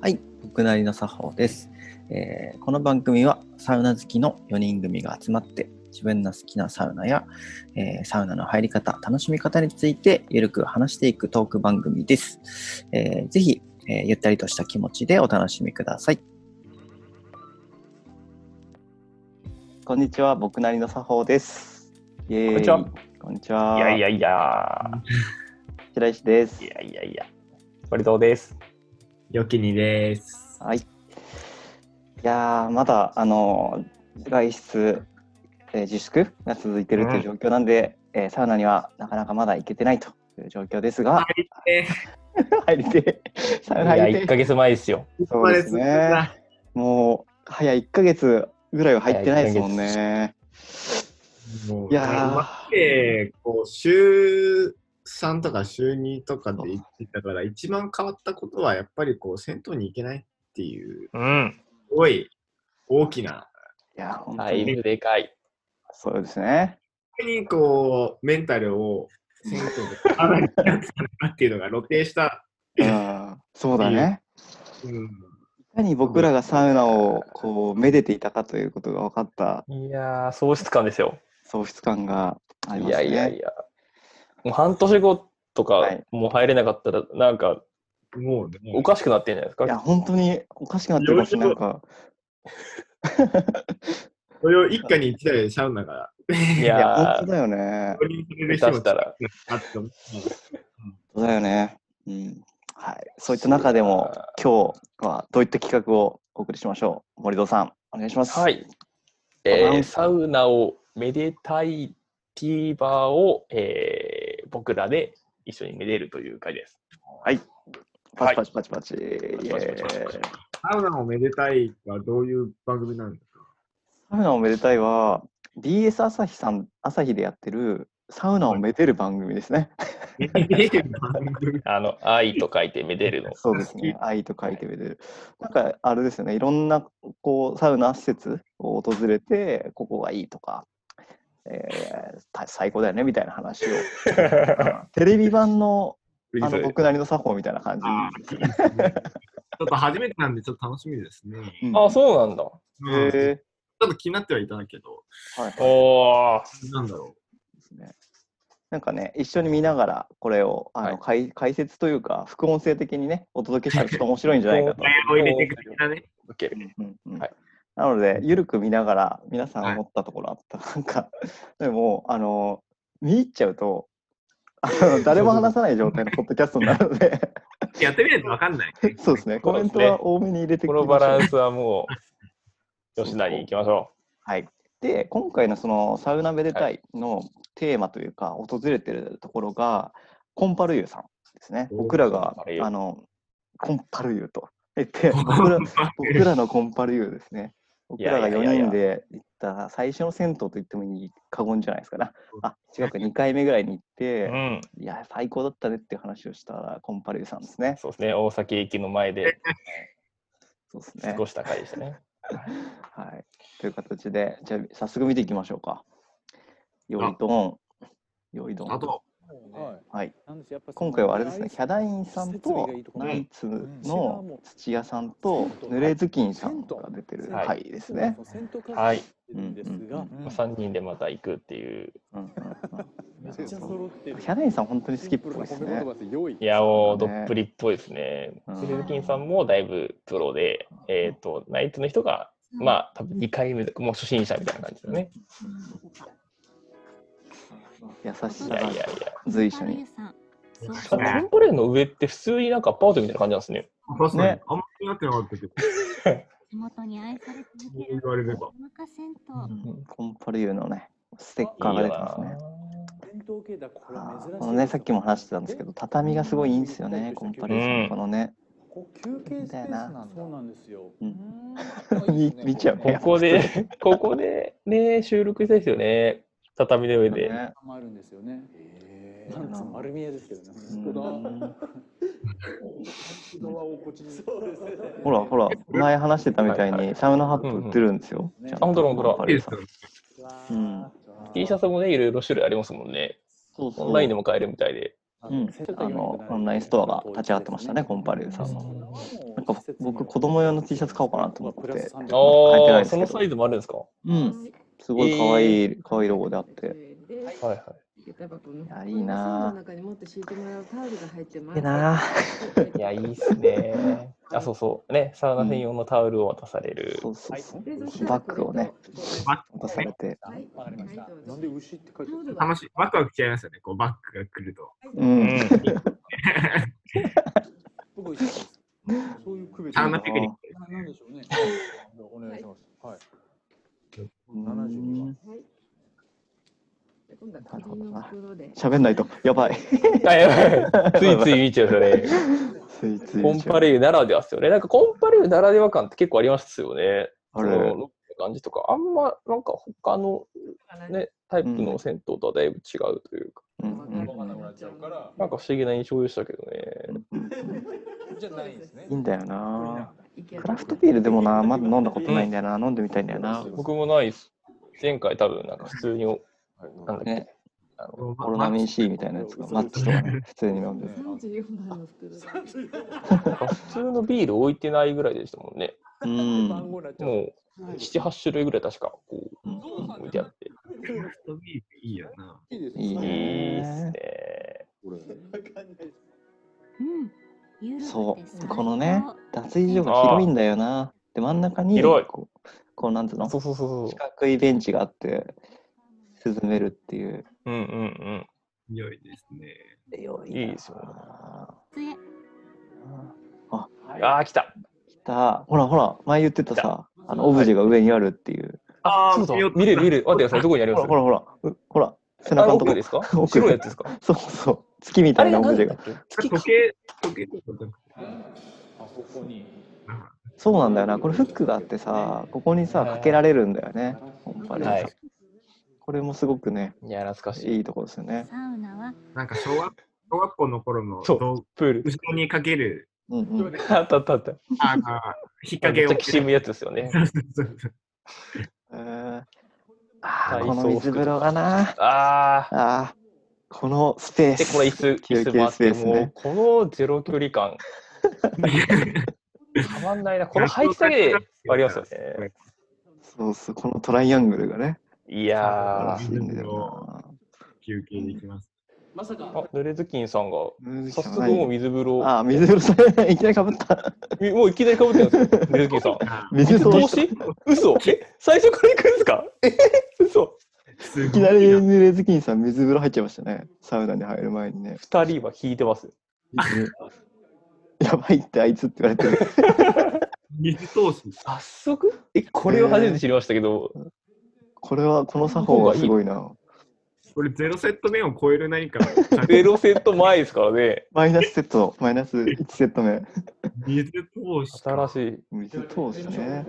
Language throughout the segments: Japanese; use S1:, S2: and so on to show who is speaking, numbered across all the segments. S1: はい、僕なりの作法です、えーこの番組はサウナ好きの4人組が集まって自分の好きなサウナや、えーサウナの入り方、楽しみ方についてゆるく話していくトーク番組です。えーぜひ、えーゆったりとした気持ちでお楽しみください。こんにちは、僕なりの作法です。イエーイ
S2: こんにちは。
S1: こんにちは。
S2: いやいやいや、
S1: 白石です
S2: い。やいやいや、バリ島です。
S3: よきにです。
S1: はい。いやーまだあのー外出、えー自粛が続いているという状況なんで、えーサウナにはなかなかまだ行けてないという状況ですが、 入りてえ、サ
S2: い
S1: ウナ
S2: や、
S1: 入り
S2: 1
S1: て
S2: ヶ月前ですよ。
S1: え、そうですね。もう早い1ヶ月ぐらいは入ってないですもんね。
S3: もう
S1: いやー
S3: 今までこう週3とか週2とかで行ってたから、一番変わったことはやっぱりこう銭湯に行けないっていう、
S2: うん。
S3: すごい大きな、
S1: いやー本当
S2: だい
S1: に
S2: ぶでかい。
S1: そうですね。
S3: 本当にこうメンタルを銭湯でかなりやったなっていうのが露呈した。
S1: うん、そうだね。
S3: うん
S1: いかに僕らがサウナをこうめでていたかということが分かった
S2: いやー、喪失感ですよ。
S1: 喪失感があり
S2: い
S1: ます
S2: や
S1: ね。
S2: いやいや。もう半年後とか、
S1: はい
S2: もう入れなかったら、なんか、
S3: もうね、
S2: おかしくなってんじゃないですか。
S1: いや、本当におかしくなってるし、
S3: い
S1: な
S3: ろい
S1: ん
S3: ろ
S1: か、
S3: それを一家に一台でサウナが、
S2: い
S1: いや、本
S2: や
S1: 当だよね。
S3: 購入される人
S2: ー、下手
S3: も
S2: したら。
S3: あって思った
S1: 本当だよね。うん。はい。そういった中でも、今日はどういった企画をお送りしましょう。森戸さん、お願いします。
S2: はい。え
S1: アナウン
S2: ー、
S1: サー
S2: サウナをめでたい TVer を、えー、僕らで一緒にめでるという回です。
S1: パチパチパチパチ。イエ
S2: パチパチパチパチ
S1: ーイ
S3: サウナをめでたいはどういう番組なんですか
S1: サウナおめでたいは、BS 朝日さん、朝日でやってる、サウナをめでる番組ですね。
S3: めでる番組
S2: あの、愛と書いてめで るの。
S1: そうですね。愛と書いてめでる。なんか、あれですよね。いろんな、こう、サウナ施設を訪れて、ここがいいとか、えーた最高だよね、みたいな話を。テレビ版のあの僕なりの作法みたいな感じ。
S3: あーいいですねちょっと初めてなんでちょっと楽しみですね。
S1: うん
S2: あ、そうなんだ。
S3: うん
S1: へ
S3: ちょっ
S1: え
S3: と気になってはいたんだけど、
S1: はいはい
S2: おー。
S3: なんだろ
S1: ですね。なんかね、一緒に見ながらこれをあの、
S2: はい
S1: 解解説というか副音声的にねお届けしたらちょっと面白いんじゃないかと
S3: う。。を入れていく的なね。
S2: オッケー
S1: うんうん
S2: はい
S1: なのでゆるく見ながら皆さん
S3: はい
S1: 思ったところあった、 なんかでもあの見入っちゃうとあの誰も話さない状態のポッドキャストになるので
S3: やってみないとわかんない。
S1: そうですねコメントは多めに入れて
S2: こ
S1: き
S2: の
S1: ま
S2: バ
S1: しょ
S2: ラ
S1: う
S2: ンスはもう、吉成行きましょ
S1: はい。で、今回のそのサウナめでたいのテーマというか、訪れてるところが、コンパルユさんですね。
S3: お
S1: 僕らが
S2: コンパル、ユ
S1: あの、コンパルユと言 って、僕ら僕らのコンパルユですね。僕らが
S2: いやい
S1: 4
S2: やいやいや
S1: 人で行った最初の銭湯と言ってもいい過言じゃないですかね。あ、違うか、2回目ぐらいに行っ
S2: う。う
S1: て、
S2: ん。
S1: いや、最高だったねっていう話をしたコンパルユさんですね。
S2: そうですね。大崎駅の前で
S1: そうです
S2: 過
S1: ね。
S2: ごした回でしたね。
S1: はい。という形で、じゃあ早速見ていきましょうか。よいどん。よいどん。
S3: あと、
S4: は
S1: はい。
S4: い、なんですやっぱ
S1: 今回はあれですね、キャダインさんとナイツの土屋さんと濡れ頭巾さんが出てる
S4: はい
S1: 回ですね。
S2: はい。
S1: うん
S4: で
S1: う
S4: す
S1: ん
S4: が、
S2: まあ3人でまた行くっていう。
S1: うんうん
S4: めっちゃ
S1: うん
S4: 揃ってる。
S1: ヒャダインさん本当に好きっぽいですね。
S2: いや、もう
S1: そ
S2: ど
S1: うだね
S2: っぷりっぽいですね。
S1: うん
S2: 鶴金さんもだいぶプロで、えっと、ナイツの人が、まあ、多分2回目で、もう初心者みたいな感じだね。
S1: 優し
S2: い
S1: さ
S2: やい
S1: が
S2: やいや。
S1: 随所に。
S2: しかも、コンプレーの上って普通になんかアパートみたいな感じなんですね。
S3: 確かに
S1: ね、
S3: あんまりなってなかったけど、
S5: 地元に愛され続け
S3: 言
S5: る
S3: われれば。
S5: 中銭
S2: うん
S1: コンパルユのね、ステッ
S2: い
S1: カー
S2: い
S1: が
S2: よ
S1: 出てますね
S2: な。。
S4: 伝統系だこれは
S1: あ
S4: 珍し
S1: ー
S4: い
S1: このね、さっきも話してたんですけど、畳がすごいいいんですよね、コンパルユさ。
S2: うんん
S1: このね、
S4: ここ休憩スペースなんだ。そうなんですよ。
S1: うん
S6: うん
S1: 見見ちゃう
S2: ここで、ここでね、収録したいですよね。畳の上で。
S1: ね
S4: あるんですよね。
S1: え
S4: パンツ丸見えですけどね。
S1: うん
S4: そうですね。
S1: ほらほら、前話してたみたい
S2: はい
S1: に、サウナハップ売ってるんですよ。
S4: うん
S1: ちゃん
S4: あ
S2: 本当だ本当だ
S1: コンパ
S3: い
S1: ル
S3: いで
S1: ユ
S3: す
S1: さ
S3: か
S1: ん
S3: ら
S1: うん
S2: T シャツもね、いろいろ種類ありますもんね。
S1: そうそう
S2: オンラインでも買えるみたいで。
S1: うん、あのオンラインストアが立ち上がってましたね、コンパルユさんの。か僕子供用の T シャツ買おうかなと思って
S2: あ
S1: 変えてない
S2: ー
S1: です
S2: そ
S1: けど
S2: のサイズもあるんですかは
S1: うん。すごい可愛い、可愛いロゴであって。
S2: いはい。
S1: いやいいなぁ
S6: 中に持って敷いてもらうタオルが入ってま
S1: い
S6: す。
S1: い なぁ
S2: いや、いいっすね。あ、そうそう。ね、サウナ専用のタオルを渡される。
S1: そうそうそう。
S6: でそしたら
S1: バッグをね、
S6: これと
S3: バ
S1: 渡されて。
S6: はい。
S4: わかりました。
S6: はいどうぞ
S4: なんで牛って書いてあるんですか
S6: タオルは
S3: 楽しい。ワクワクしちゃいますよね。こうバックが来ると。
S1: う。
S2: うんん。
S4: 僕牛です。そういう区別
S3: サ
S4: な
S3: ウ
S4: ん
S3: ナピクニック。
S4: なんでしょうね。お願いします。はい。
S1: うん
S4: 72番。
S6: はい。で今度は首の袋で。
S1: 喋んないと。やばい。
S2: はいはいついつい見ちゃう、それ。
S1: ついつい。
S2: コンパレーユならではですよね。なんかコンパレーユならでは感って結構ありますよね。
S1: あ
S2: その
S1: れ。
S2: ロックの感じとか、あんまなんか他のね、タイプ
S1: うん
S2: の銭湯とはだいぶ違うというか、
S1: うんうん
S6: わかんなくなっちゃうから
S2: なんか不思議な印象でしたけどね。
S4: じゃないんですね
S1: いいんだよな。クラフト
S6: ー
S1: ビールでもな、まだ飲んだことないんだよな。飲んでみたいんだよな。
S2: 僕もないです。前回多分なんか普通に、なんだっけ、
S1: ね、
S2: あの
S3: こう
S1: オロナミン C みたいなやつが、マッチとかね、普通に飲んで。
S6: 三十四番の袋で。
S2: 普通のビール置いてないぐらいでしたもんね。
S1: うん。
S4: 号になっ
S2: もう7、8種類ぐらい確かこう置いてあって。
S3: クラフトビールいいよな。
S4: いいです
S1: いい
S2: い
S1: ね
S2: いっすね。
S5: うん
S1: そう。このね、脱衣所が広いんだよな。で、真ん中に、
S2: 広い
S1: こう、こうなんつうの
S2: そうそうそう
S1: 四
S2: そ
S1: 角いベンチがあって、涼めるっていう。
S2: う。うんうん
S3: 良いですね。
S1: 良い
S2: いいですよね
S5: 杖
S2: うん。ああ、来た。
S1: 来た。ほらほら、前言ってたさ、あの、オブジェが上にあるっていう。
S2: あ
S3: あー
S2: そうだ
S3: 見よう。と
S2: 見れる見 れる。待ってください。どこにあり
S1: ほ
S2: ま
S1: ら
S2: す
S1: ほらほら、うほら、背
S2: あ
S1: 中
S2: れ
S1: のと
S2: 奥
S1: こ
S2: ですか
S1: 奥
S2: 白いやつですか
S1: そうそう。月み
S2: あ
S1: たい
S2: れ
S1: なオブ
S2: 何
S1: ジ
S2: だ
S1: ェが
S2: っ。け月
S3: 時
S2: か。
S3: 計、時計とか
S4: あそこに。
S1: そうなんだよな。これフックがあってさ、ここにさ、かけられるんだよね。コンパレー
S2: は
S1: ショ
S2: い
S1: ン。これもすごくね、
S2: いや、懐かしい。
S1: いいところですよね。
S5: サウナは
S3: なんか小学小学校の頃の
S2: そう
S3: 道
S2: プール。
S3: 後ろにかける、
S1: うんうん。
S2: あったあったあ
S3: あの、
S2: った。
S3: 引っ掛
S2: め
S3: け
S2: っ
S3: を
S2: ちゃ。きしむやつです よね。
S1: えーああ、
S2: 体操
S1: この
S2: 服
S1: 水風呂がな。あ
S2: ああ。
S1: あー、このスペー
S2: で、
S1: ス。
S2: この椅子、
S1: 休
S2: 椅子もあ
S1: 憩
S2: っ
S1: スペ
S2: て、
S1: ース
S2: もう
S1: ね。
S2: このゼロ距離感、たまんないな。この配置だ けで割りますよね。
S1: そうそう、このトライアングルがね。
S2: いや
S1: 楽
S2: ー
S1: しいんだよ
S3: 休憩できます。
S4: まさか。
S2: あ、濡れずきんさんが、
S1: な。ムーズ
S2: 早
S1: キ
S2: 速
S1: さん
S2: もう水風呂、
S1: ああ、水風呂さん、い きなりかぶった。
S2: みもういきなりかぶってるんです よ、濡れずきんさん。
S3: あ
S1: 水
S2: 水
S1: 風呂
S2: 通し嘘え最初から行くんですかえ嘘
S3: すご
S1: いきなり濡れずきんさん、水風呂入っちゃいましたね。サウナに入る前にね。
S2: 二人は引いてます。
S1: やばいってあいつって言われてる。
S3: 水通す。
S2: 早速え、これを初めて知りましたけど、
S1: これは、この作法がすごいな。
S3: これゼロセット目を超える何か。
S2: ゼロセット前ですか らね。
S1: マイナスセット、マイナス1セット目。
S3: 水通し。
S2: 新しい。
S1: 水通すね。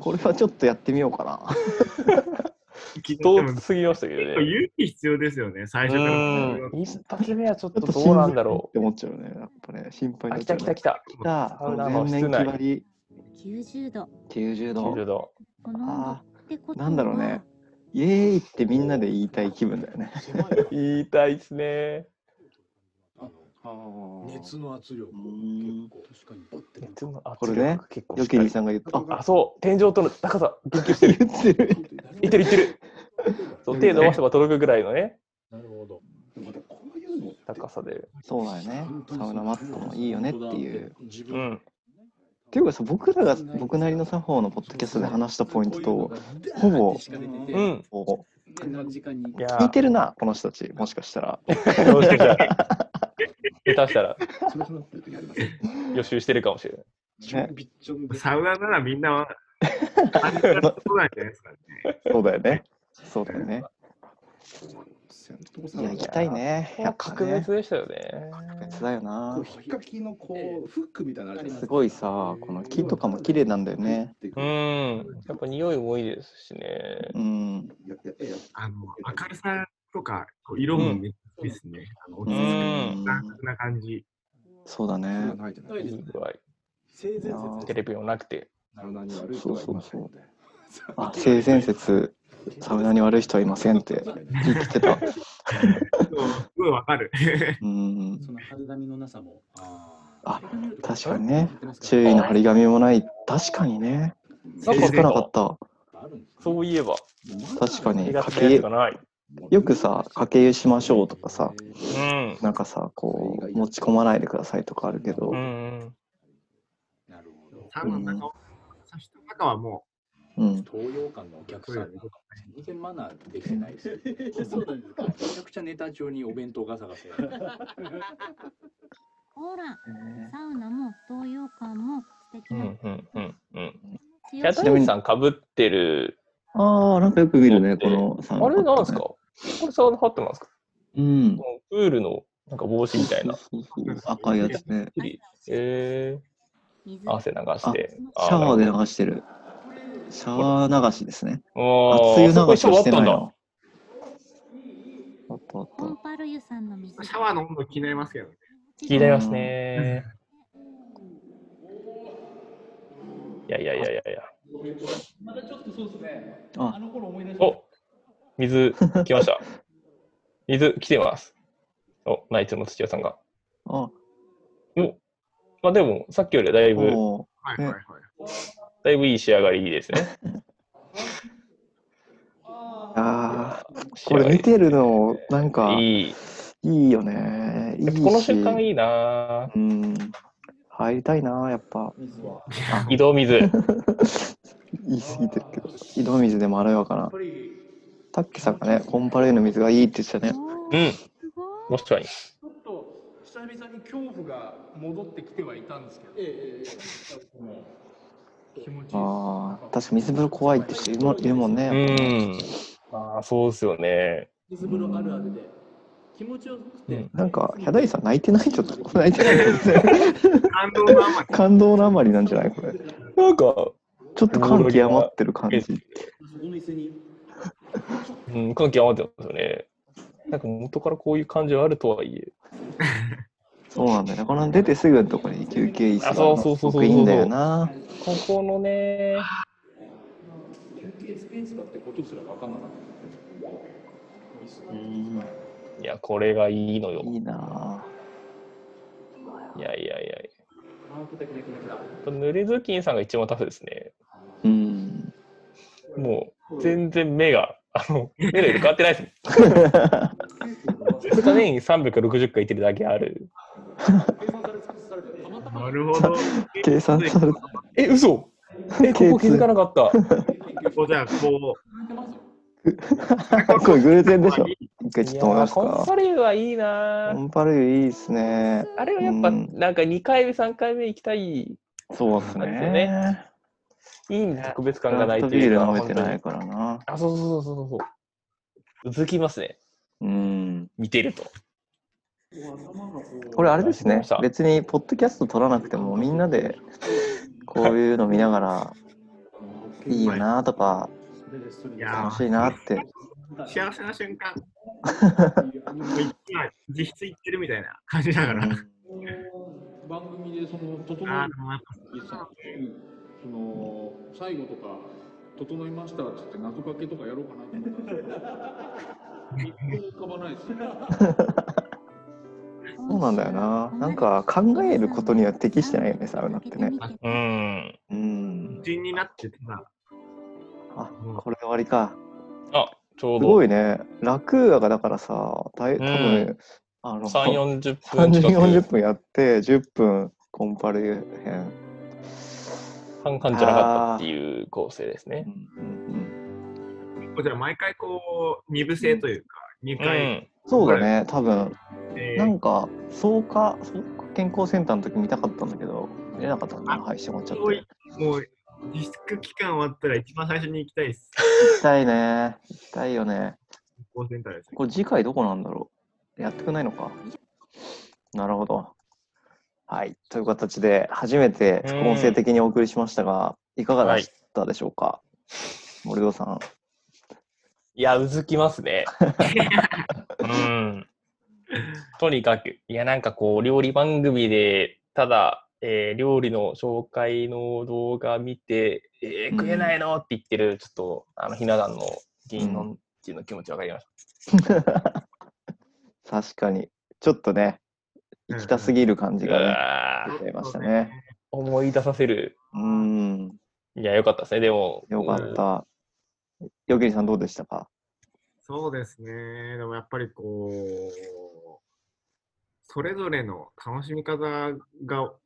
S1: これはちょっとやってみようかな。
S3: きっと
S2: 遠すぎましたけどね。
S3: 勇気必要ですよね、最初から。
S2: うん一発目はちょっと
S1: ちょっと
S2: どうなんだろ
S1: って思っちゃうよね。やっぱね、心配に
S2: う。あ、
S1: なっ
S2: 来
S1: ちゃ
S2: た
S1: う、ね。
S2: 来た来た。
S1: 来た
S2: サウナ
S1: 全
S2: の室内
S1: 面決まり
S5: 90度。
S1: 90度。
S2: 90度。
S5: この温度
S1: あ
S5: ってこと
S1: なんだろうね
S5: は。
S1: イエーイってみんなで言いたい気分だよね。
S2: 言いたいですね。
S4: 熱の圧力。
S1: ん
S4: 結構確かにバッて。
S2: 熱の
S1: こ
S2: 圧
S1: れ
S2: 力
S1: ね
S2: が結構し
S1: ヨ
S2: っか
S1: ケリ
S2: り
S1: さんが言った。あ、
S2: あ、そう。天井との高さ、言及して
S1: 言っ
S2: る。
S1: てる。
S2: いってるいってる。そう手伸ばせば届くぐらいのね、
S4: なるほど。またこういうのって
S2: 高さで。
S1: そうだよね。サウナマットもいいよねっていう。。
S4: 自
S2: う
S4: 分
S2: ん。
S1: っていうかさ、僕らが僕なりの作法のポッドキャストで話したポイントと、ほぼ
S2: う
S4: うん。
S2: ん。
S1: こ
S4: こんな時間に
S2: いや
S1: う
S2: ー
S1: 聞いてるな、この人たち。もしかしたら。
S2: もしかした ら。下手したら
S4: その話の時ありますよ。
S2: 予習してるかもしれない。
S1: ね
S4: びっちょんで
S3: サウナならみんな、そうなんじゃないですかね。
S1: そうだよね。そうだよね。
S4: 戦闘
S1: いや、行きたいね。やっぱ
S2: 格
S1: ね
S2: 別。でしたよね。
S1: 別だよな
S4: こう。引っかきのこうフックみたいなのあるじゃな
S1: す
S4: いですか。
S1: ごいさ、この木とかも綺麗なんだよね。
S2: うん。やっぱ匂いもいいですしね。
S1: うん。
S4: いやいやいや
S3: あの明るさとかこう色もめっちゃいいですね。あの落ち着く
S2: うん
S3: 暖色な感じ。
S1: そうだね。
S4: ないじゃない
S2: いい具合。
S4: 性善
S1: あー
S4: 説
S2: テレビもなくて。
S4: サウナに悪い人がいませんので。
S1: あ、性善説、サウナに悪い人はいませんって言ってた。
S3: そうすごいわかる。
S1: うん。
S4: その肌みのなさも。あ
S1: あ確かにね注意の張り紙もない確かにね
S2: なん
S1: 気づ
S2: か
S1: かなかった
S2: そういえば、
S1: 確かに
S2: 気がつ
S1: 家
S2: くやつ
S1: 計
S2: がない。
S1: よくさ家計しましょうとかさ
S2: うん。
S1: なんかさこう持ち込まないでくださいとかあるけど
S2: うんうん。
S7: なるほど。
S3: 3の中を、差しの中はも
S1: うん
S7: 東洋館のお客さんなんか全然マナーできてないですよ。
S4: そうなんですか。
S7: めちゃくちゃネタ中にお弁当ガサガサやる。
S5: ほら、サウナも東洋館も素敵
S2: う
S5: なん
S2: うんうんうん。
S5: 強
S2: いや、
S5: い
S2: 谷口さんかぶってる、
S1: ああなんかよく見るねこの
S2: あ
S1: サ
S2: れなんですかこれサウナハットなんですか
S1: うん
S2: このプールのなんか帽子みたいな。
S1: そうそうそう赤いやつね
S2: え
S5: 水
S2: ー、汗流して。
S1: シャワーで
S2: な
S1: 流
S2: る
S1: してるシャワー流しですね
S2: ほ
S1: 熱
S2: ど
S1: 湯
S2: あー、
S1: 流しは
S2: そこ一緒だっ
S1: してな
S2: た
S1: んいな
S2: だ。
S1: あったあっ
S5: コン
S1: た
S5: パル湯さんの水
S3: う、シャワーの温度気になりますけどね。
S2: 気になりますね。いやいやいやいやいや。
S1: あ
S2: お水来ました。 水来てます。お、ナイツの土屋さんが。
S1: あ
S2: おまあでも、さっきよりはだいぶ、
S1: おー
S3: はいはいはい。
S2: だいぶいい仕上がりですね。
S1: あー
S2: 仕
S1: こ
S2: 上
S1: れ
S2: が
S1: 見
S2: り
S1: てるのなんかい
S2: いい。
S1: いよねいいし
S2: この瞬間いいな
S1: う
S2: ぁ
S1: ん入りたいなやっぱ
S2: 井戸水。
S1: 言い過ぎてるけど井戸水でまろやかなタッキさんがねコンパレーの水がいいって言ってたね
S5: お
S2: う
S5: ー
S2: ん。
S5: すごい
S2: 確かに。
S8: ちょっと久々に恐怖が戻ってきてはいたんですけど、気持ちいいです
S1: あー確か水風呂怖いって人いるもいるもんねや
S2: う
S1: っぱね
S2: ん。ああ、そうですよね。
S8: 水風呂あるあるで気持ちよくて、
S2: うん
S1: なんかヒャダインさん泣いてないちょっと泣いてない ですね
S3: 感動のあまり、
S1: 感動のあまりなんじゃないこれち
S2: なんか、
S1: ょっと感極まってる感じ
S8: そこの椅子に
S2: うん、感極まってますよね。なんか元からこういう感じはあるとはいえ。
S1: そうなんだよね。この出てすぐのところに休憩椅子が
S2: あそうそうそうそう
S1: すごくいいんだよな。
S2: ここのね、
S7: 休憩スペースだってことすら分かんなかった。
S2: いや、これがいいのよ。
S1: いいな。
S2: いやいやいやいや。濡れずきんさんが一番タフですね。
S1: うん。
S2: もう、全然目が、あの、目の色変わってないですもん。2日目に360回いてるだけある。
S3: なるほど。
S1: 計算された。
S2: え、嘘え、ここ気づかなかった。
S3: こうじゃあ、こ
S1: これグルテンでしょ
S3: い。
S1: 一回ちょっと思います
S2: いやーコン
S1: か。
S2: パレーはいいな
S1: コ
S2: ー
S1: ンパルいいですね。
S2: あれはやっぱ、
S1: うん
S2: なんか2回目、3回目行きたい、
S1: そうです
S2: そうです
S1: ね。
S2: いい特別
S1: ク
S2: 感がな
S1: ラ
S2: い
S1: フト
S2: と
S1: ビ
S2: いうか。
S1: ール飲めてない
S2: 本
S1: からな。
S2: 当にあ、そうそうそうそうそう。うずきますね、
S1: うん。
S2: 見てると。
S1: これあれですね
S2: さ。
S1: 別にポッドキャスト撮らなくてもみんなでこういうの見ながらいいよなとか
S3: う、いや
S1: 楽しいなって。
S3: ー、幸せな瞬間。もう今、実質行ってるみたいな感じだから。
S7: 番組でその整
S3: あ
S7: え
S3: ーでもやっ
S7: さ、その最後とか整いましたっつって謎かけとかやろうかなと思ったんですけど、一個も浮かばないですね。
S1: そうなんだよな。なんか考えることには適してないよね、サウナってね。
S2: うーん。
S1: うん
S3: ぱ。人になっててさ、
S1: あ、これで終わりか。
S2: あ、ちょう
S1: すご
S2: ど
S1: いね。楽だがだからさ、大多
S2: う
S1: 分、あの、
S2: 3、40
S1: 30
S2: 分近
S1: 40
S2: く、
S1: 分やって、10分コンパル編。
S2: 半々じゃなかったっていう構成ですね
S1: う。んうんうん
S3: こうじゃあ毎回こう、二部制というか、二
S2: う
S3: 回
S2: ん。
S1: そうだね、多分。
S3: で、
S1: なんか、草加、草加健康センターの時見たかったんだけど、見れなかったんだな、配信終わっちゃって。行
S3: もう、自粛期間終わったら一番最初に行きたい です。
S1: きたいね。行きたいよね。
S3: コーセンターですね。
S1: これ次回どこなんだろうやってくんないのかなるほど。はい。という形で、初めて副音声的にお送りしましたが、いかがでしたでしょうか、森尾さん。
S2: いや、うずきますね。うん。とにかく、いや、なんかこう、料理番組で、ただ、えー料理の紹介の動画見て、えー
S1: うん
S2: 食えないのって言ってる、ちょっと、あの、ひな壇の議員のっていうの気持ちわかりまし
S1: 確かに。ちょっとね、行きたすぎる感じ
S2: う
S1: が
S2: わ
S1: ね
S2: ー
S1: 出ちゃいましたね。
S2: 思い出させる。
S1: うん、
S2: いや、よかったですね、でも。
S1: よか
S2: うん
S1: った。よけりさんどうでしたか
S3: そうですね。でもやっぱりこう、それぞれの楽しみ方が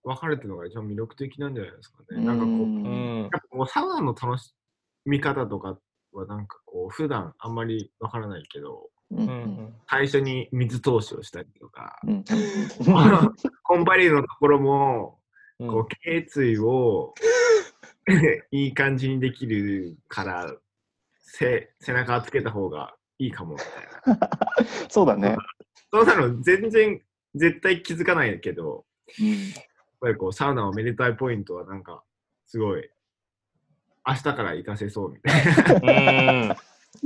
S3: 分かるっていうのが一番魅力的なんじゃないですかね。なんかこう、やっ
S2: うん。
S3: ぱこうサウナの楽しみ方とかはなんかこう、普段あんまり分からないけど、
S1: うんう
S2: うんん。
S3: 最初に水通しをしたり とか、
S1: うん
S3: コンパリーのところも、
S2: うん
S3: こう、頸椎をいい感じにできるから、背背中をつけた方がいいかもみたいな。
S1: そうだね。
S3: そんなの全然絶対気づかないけど、
S1: うん
S3: やっぱりこうサウナをめでたいポイントはなんかすごい明日から行かせそうみたいな。
S2: うん。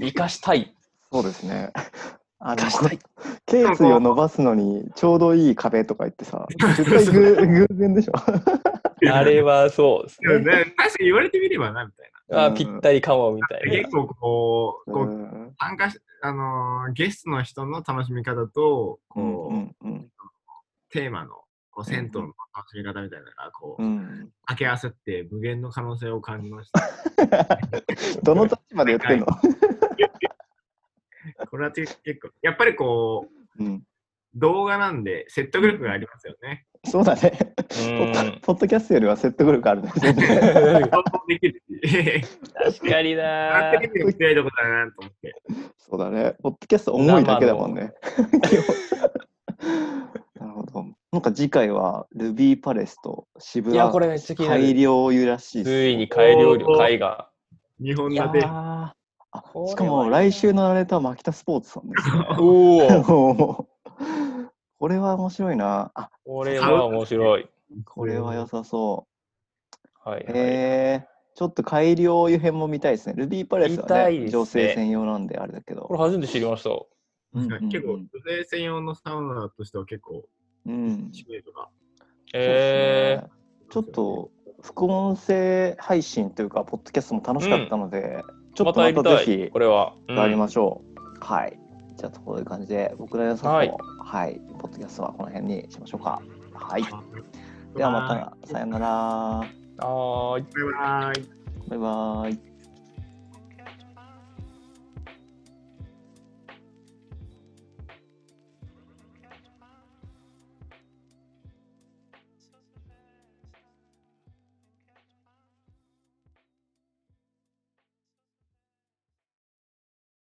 S2: 生かしたい。
S1: そうですね。 あの
S2: 生かしたい、
S1: 頸椎を伸ばすのにちょうどいい壁とか言ってさ、絶対ぐ偶然でしょ。
S2: あれはそうです
S3: でも
S2: ね。
S3: ね 確かに言われてみればなみたい
S2: あぴったりかも、みた
S3: な。
S2: い
S3: 結構こう、こ
S1: う
S3: うん参加し、あのーゲストの人の楽しみ方と、こ
S1: う
S3: う、
S1: んうん
S3: テーマのこう銭湯の楽しみ方みたいなのがこう、
S1: うん
S3: 掛け合わせって無限の可能性を感じました。
S1: どの立場でやってんの
S3: これは結構、やっぱりこう、
S1: うん
S3: 動画なんで説得力がありますよね。
S1: そうだね。ポ
S2: な。う
S1: ッ
S2: ん。
S1: ポッドキャストよりは説得力あるね。 全然
S3: 想像できるし。
S2: 確かに
S3: あ
S2: な
S3: テレビも強いとこだなと思って。
S1: そうだね。ポッドキャスト重いだけだもんね。 基本なるほど。なんか次回はルビーパレスと渋
S2: いや、こ
S1: 谷
S2: れめっちゃ気にな
S1: 改
S2: る。
S1: 良湯らしいっす
S2: ついに改良量、絵が。
S3: 日本
S2: い
S3: 立
S2: や
S3: て。
S2: ー
S1: あ
S2: これ
S1: しかも来週のナレーターは牧田スポーツさんですね。
S2: おお、
S1: もう これは面白いな。あ
S2: これは面白い。
S1: これは良さそ
S2: はい、
S1: う。
S2: はい。
S1: へえ。ちょっと改良湯編も見たいですね。ルビーパレス
S2: 見た
S1: はい
S2: です
S1: ね、
S2: ね
S1: 女性専用なんであれだけ
S2: これ
S1: ど。
S2: 初めて知りました。
S1: うんうんうん
S3: 結構、女性専用のサウナとしては結構、
S1: うん。
S3: 知名度が。
S2: え
S1: そうですねちょっと副音声配信というか、ポッドキャストも楽しかったので、ち
S2: ー、
S1: ょ
S2: ま
S1: っと
S2: たや
S1: ま
S2: り
S1: た
S2: た
S1: ぜ
S2: い。
S1: ひ
S2: これは。うん
S1: やりましょう。はい。じゃあ、こういう感じで、僕ら予想も、
S2: は
S1: はいい、ポッドキャストはこの辺にしましょうか。はい。
S3: で
S1: ではまた、さよなら。
S2: あー
S3: た。バイバイ。
S1: バイバイ。